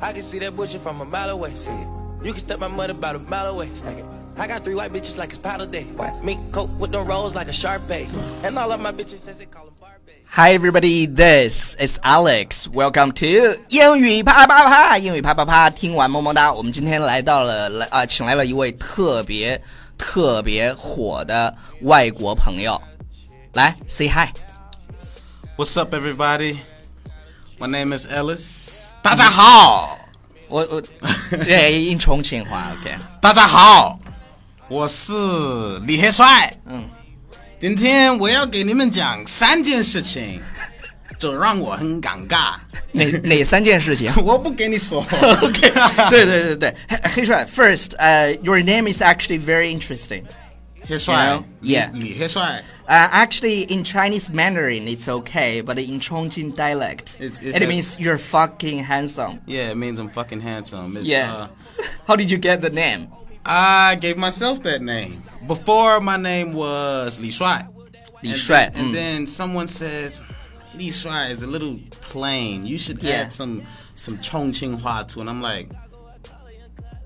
I can see that bullshit from a mile away. See it. You can step my money about a mile away. Stack it. I got three white bitches like it's powder day. Mink coat with them rolls like a Sharpay. And all of my bitches says they call them Barbie. Hi everybody, this is Alex. Welcome to 英语啪啪啪，英语啪啪啪。听完么么哒。我们今天来到了来啊，请来了一位特别特别火的外国朋友，来 say hi。 What's up, everybody? My name is Ellis. 大家好，我我这用重庆话 OK。大家好，我是李黑帅。嗯，今天我要给你们讲三件事 情，这让我很尴尬。哪哪三件事情 我不给你 说。 ？OK，对对对对，黑黑帅，First，呃、y o u r name is actually very interesting. 黑帅 Yeah. 李李黑帅 Uh, actually, in Chinese Mandarin, it's okay, but in Chongqing dialect, It's- it, it- means you're fucking handsome. ，Yeah, it means I'm fucking handsome. It's, Yeah. uh, How did you get the name? I gave myself that name. Before my name was Li Shuai. Li And- Shuai, And mm. then someone says, Li Shuai is a little plain. You should Yeah. add some some Chongqing Hua to it. And I'm like,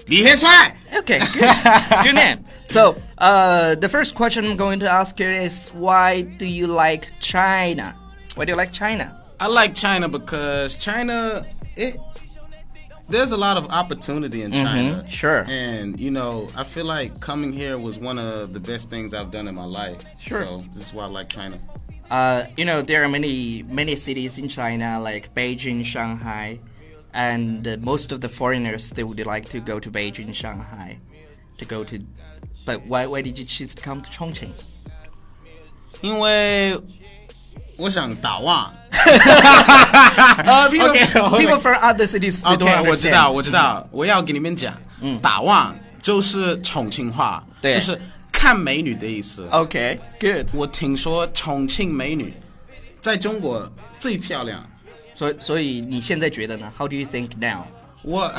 Li He Shuai! Okay, good, good name. So, uh, the first question I'm going to ask you is why do you like China? Why do you like China? I like China because China, it there's a lot of opportunity in China. Mm-hmm. sure. And you know, I feel like coming here was one of the best things I've done in my life. Sure. So this is why I like China. Uh, you know, there are many many cities in China like Beijing, Shanghai, and uh, most of the foreigners they would like to go to Beijing, Shanghai, to go to. But why why did you choose to come to Chongqing? 因为我想打望。 Uh, people, Okay, okay. people from other cities they don't OK，我知 understand. 道，我知道，我要给你们讲，打望就是重庆话，对就是看美女的意思。 Okay, good. 我听说重庆美女在中国最漂亮。 So, 所以你现在觉得呢？How do you think now? 我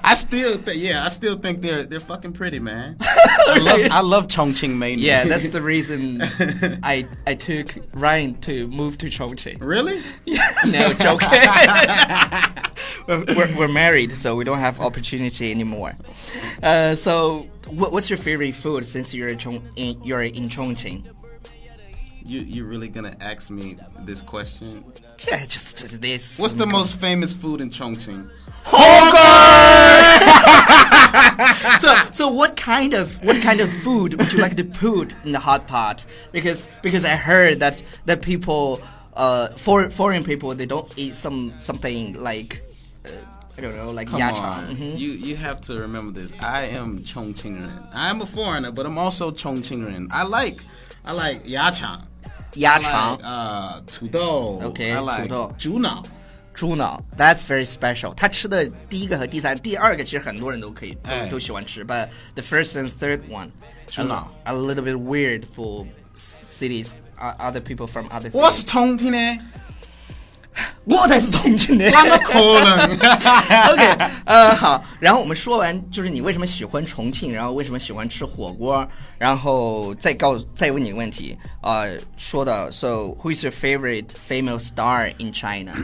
，I still, th yeah, I still think they're they're fucking pretty, man. I love I love 重庆美女。 Yeah, that's the reason I I took Ryan to move to Chongqing. really. no, joking. we're, we're, we're married, so we don't have opportunity anymore. Uh, so, what, what's your favorite food since you're Chong, in, you're in Chongqing? You you really gonna ask me this question? Yeah, just this. What's the most famous food in Chongqing? so, so what kind of what kind of food would you like to put in the hot pot? Because because I heard that that people, uh, for, foreign people, they don't eat some something like. Uh, I don't know, like Come yacha. on. You you have to remember this. I am Chongqingren. I am a foreigner, but I'm also Chongqingren. I like I like yachang. I like uh 土豆. Okay, I 土 like 豆。猪脑.猪脑，That's very special。他吃的第一个和第三、第二个，其实很多人都可以都、哎都喜欢吃，but the first and third one 猪脑 a, a little bit weird for cities uh, other people from other cities. What's 重庆呢? what is 重庆的 I'm a colon. OK，呃，Uh, 好，然后我们说完就是你为什么喜欢重庆，然后为什么喜欢吃火锅，然后再告再问你一个问题，呃，说到 So who is your favorite female star in China？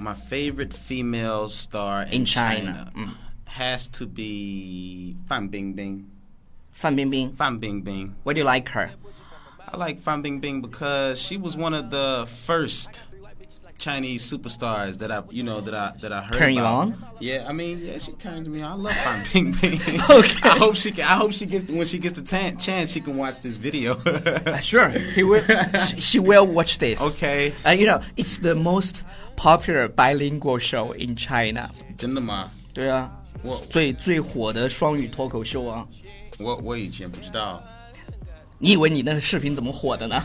My favorite female star in, In China, mm. has to be Fan Bingbing. 范冰冰 Fan Bingbing. ，What do you like her？ I like Fan Bingbing because she was one of the first Chinese superstars that I, you know, that I that I heard. Turn you about. on? Yeah, I mean, yeah, she turned me on. I love Fan Bingbing. Okay. I hope she can. I hope she gets when she gets a tan, chance, she can watch this video. Uh, Sure, he will. she, she will watch this. Okay. Uh, you know, it's the most popular bilingual show in China. 真的吗？对啊，我最最火的双语脱口秀啊！我我以前不知道。你以为你那个视频怎么火的呢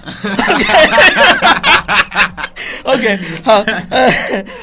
？OK，好，呃，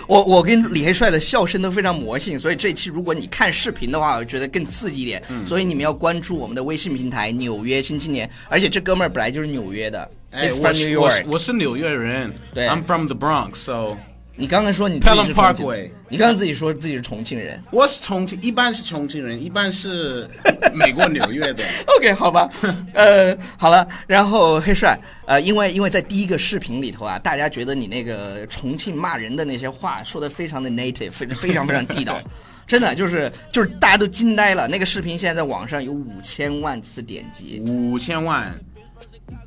我我跟李黑帅的笑声都非常魔性，所以这期如果你看视频的话，我觉得更刺激一点。嗯所以你们要关注我们的微信平台《纽约新青年》，而且这哥们儿本来就是纽约的。哎， It's 我 from New 是 York. 我是我是纽约人对，I'm from the Bronx，so 你刚刚说你自己 Pelham 是重庆人 Parkway，你刚刚自己说自己是重庆人。 我是重庆，一般是重庆人，一般是 美国纽约的。 OK，好吧，呃，好了，然后黑帅，呃，因为因为在第一个视频里头啊，大家觉得你那个重庆骂人的那些话说的非常的 native，非常非常非常地道，真的就是就是大家都惊呆了。那个视频现在在网上有五千万次点击，五千万，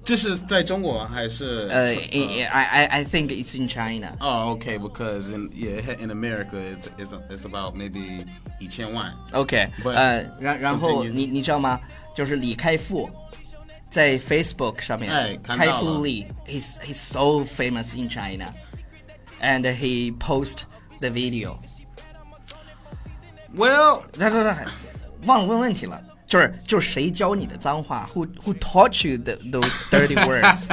这是在中国还是？呃，I I I think it's in China。 Oh, okay. Because in yeah, in America, it's it's it's about maybe 一千万。 OK， But- 呃，然然后 Continue 你你知道吗？就是李开复。在 Facebook 上面，哎看到开了复力，he's he's so famous in China，and he post the video。 Well, 他说他忘了问问题了，就是就是谁教你的脏话？Who who taught you the, those dirty words?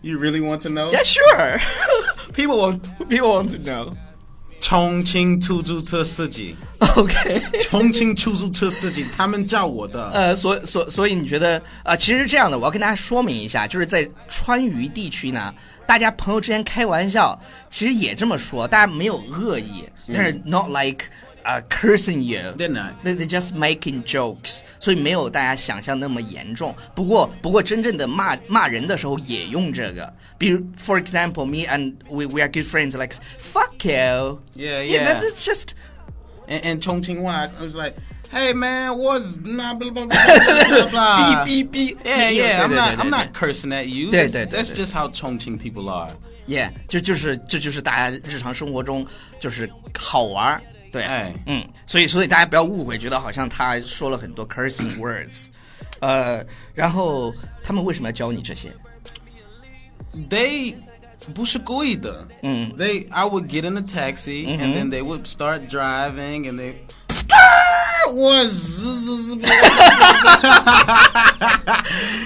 you really want to know? yeah, sure. people want people want to know. 重庆出租车司机， OK，重庆出租车司机，他们叫我的。呃，所所所以你觉得啊、呃其实是这样的，我要跟大家说明一下，就是在川渝地区呢，大家朋友之间开玩笑，其实也这么说，大家没有恶意，但是 not like 啊、cursing you，嗯 They're not. They they just making jokes，所以没有大家想象那么严重。不过不过真正的骂骂人的时候也用这个，比如 for example me and we we are good friends like fuck you。 Yeah, Yeah, yeah. that's just And, and Chongqing Wai, I was like, hey man, what's blah blah blah blah blah blah. blah. B B B。Uh， Yeah, yeah. I'm 对。对对对对 not. I'm not cursing at you. 对 That's, 对对 that's 对 just how Chongqing people are. Yeah，就就是这就是大家日常生活中就是好玩儿，对，哎嗯，所以所以大家不要误会，觉得好像他说了很多 cursing words，呃，然后他们为什么要教你这些？ They. 不是故意的。They, I would get in a taxi and then they would start driving and they was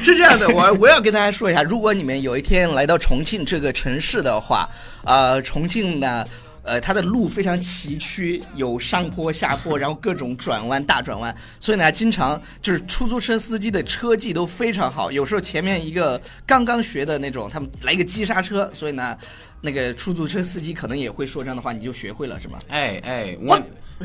是这样的，我我要跟大家说一下，如果你们有一天来到重庆这个城市的话，呃，重庆呢。呃，它的路非常崎岖，有上坡下坡，然后各种转弯、大转弯，所以呢，经常就是出租车司机的车技都非常好。有时候前面一个刚刚学的那种，他们来一个急刹车，所以呢，那个出租车司机可能也会说这样的话，你就学会了是吗？ Hey, hey, one.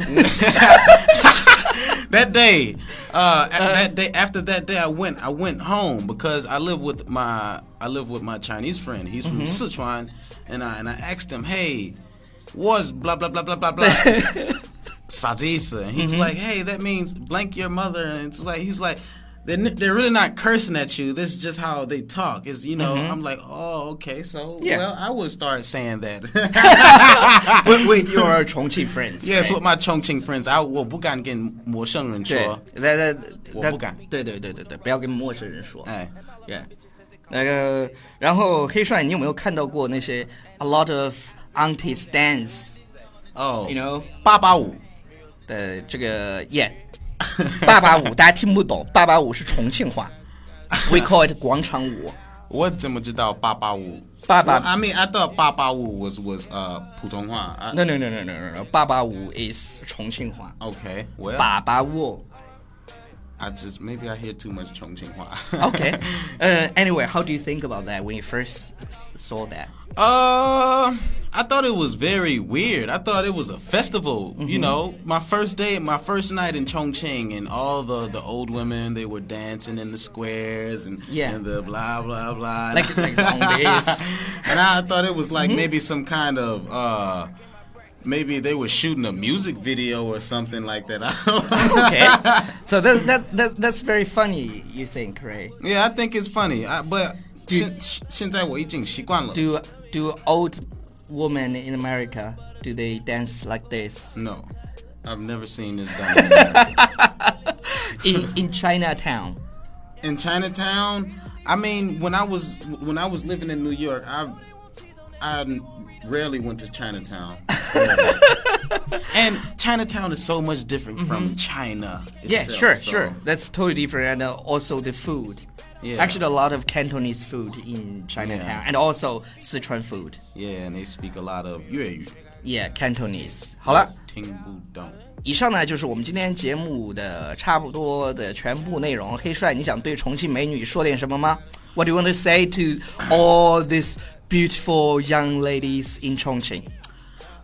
that day, uh, at that day after that day, I went. I went home because I live with my I live with my Chinese friend. He's from Sichuan, and I and I asked him, "Hey, what's blah blah blah blah blah blah." Sadisa, and he was like, "Hey, that means blank your mother," and it's like he's like. They're, n- they're really not cursing at you. This is just how they talk. Is you know, I'm like, oh, okay. So, Yeah. well, I would start saying that. With with your 重庆 friends. Yes, right? with my Chongqing friends, I 我不敢跟陌生人对说，，那那我那不敢对对对对对，不要跟陌生人说。哎，对，那个，然后黑帅，你有没有看到过那些 a lot of aunties dance？You 哦， know，八八五，的这个 yeah，八八舞大家听不懂，八八舞是重庆话，we call it 广场舞。我怎么知道八八五？ 88 Well, I mean, I thought 八八五 was was 呃普通话。I- No no no no no no no，八八舞 is 重庆话， Okay, well, 粑粑舞。 I just maybe I hear too much Chongqing 话。 OK，呃、a n y w a y h o w Uh, do you think about that when you first s- saw that？ Uh, I thought it was very weird. I thought it was a festival. Mm-hmm. You know, my first day, my first night in Chongqing, and all the the old women they were dancing in the squares and Yeah. and the blah blah blah. Like- like zombies. and I thought it was like Mm-hmm. maybe some kind of uh. Maybe they were shooting a music video or something like that. I don't know. Okay, so that that that that's very funny. You think, right? yeah, I think it's funny. I, but Dude. 现现在我已经习惯了。 Do do old women in America do they dance like this No, I've never seen this done. in in Chinatown? in Chinatown. I mean, when I was when I was living in New York, I I rarely went to Chinatown. and Chinatown is so much different from China. Yeah, itself, sure, so- sure. That's totally different, and uh, also the food. Yeah. Actually, a lot of Cantonese food in Chinatown, Yeah. and also Sichuan food. Yeah, and they speak a lot of Yueyu. Yeah, Cantonese. 好了， Ting Bu Dong. 以上呢就是我们今天节目的差不多的全部内容。黑帅，你想对重庆美女说点什么吗？What do you want to say to all these beautiful young ladies in Chongqing？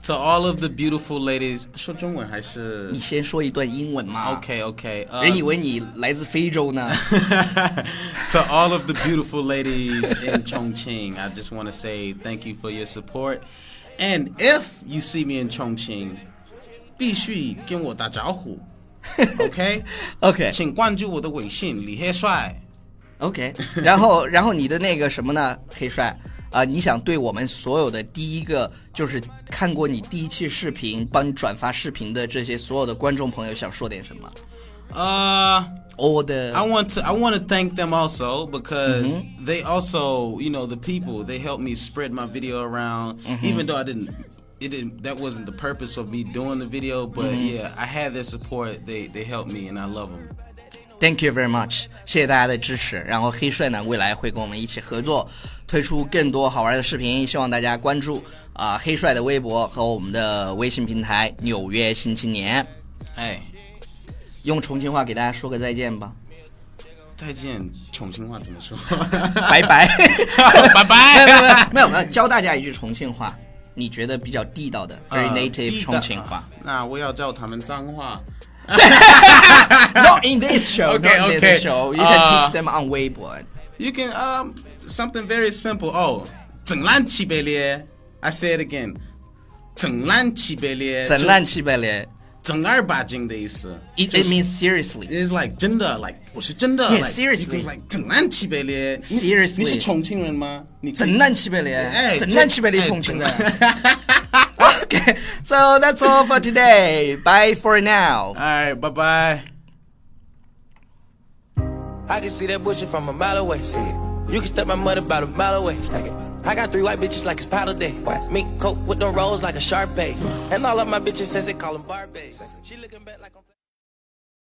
To all of the beautiful ladies，说中文还是你先说一段英文嘛。 OK OK？人以为你来自非洲 呢。 to all of the beautiful ladies in Chongqing, I just want to say thank you for your support. And if you see me in Chongqing, 必须跟我打招呼，OK？ OK 请关注我的微信李黑帅。 OK，然后然后你的那个什么呢，黑帅啊、你想对我们所有的第一个就是看过你第一期视频、帮你转发视频的这些所有的观众朋友，想说点什么？ Uh, 我的 I want to I want to thank them also because they also you know the people they helped me spread my video around even though I didn't it didn't that wasn't the purpose of me doing the video but yeah I had their support they they helped me and I love them Thank you very much，谢谢大家的支持。然后黑帅呢，未来会跟我们一起合作，推出更多好玩的视频，希望大家关注啊、黑帅的微博和我们的微信平台《纽约新青年》。 hey 用重庆话给大家说个再见吧，再见重庆话怎么说 拜拜，拜拜没有没有没有没有，教大家一句重庆话，你觉得比较地道的呃 very native 重庆话。啊那我要叫他们脏话 Not in this show, Okay, not in okay. this show. You Uh, can teach them on Weibo. You can um something very simple. Oh, 整烂七百列. I say it again. 整烂七百列.整烂七百连整二八经的意思。 ，it it means seriously. It's like 真的 like 我是真的 Yeah, like seriously. you can like 整烂七百列. Seriously. 你是重庆人吗？你整烂七百连，哎，整烂七百连哎，重庆的。整- Okay, so that's all for today. Bye for now. All right, bye bye. I can see that bullshit from a mile away. See it. You can step my mud about a mile away. Stack it. I got three white bitches like it's powder day. Mink coat with them rolls like a Sharpay. And all of my bitches says they call them Barbies. She looking back like I'm.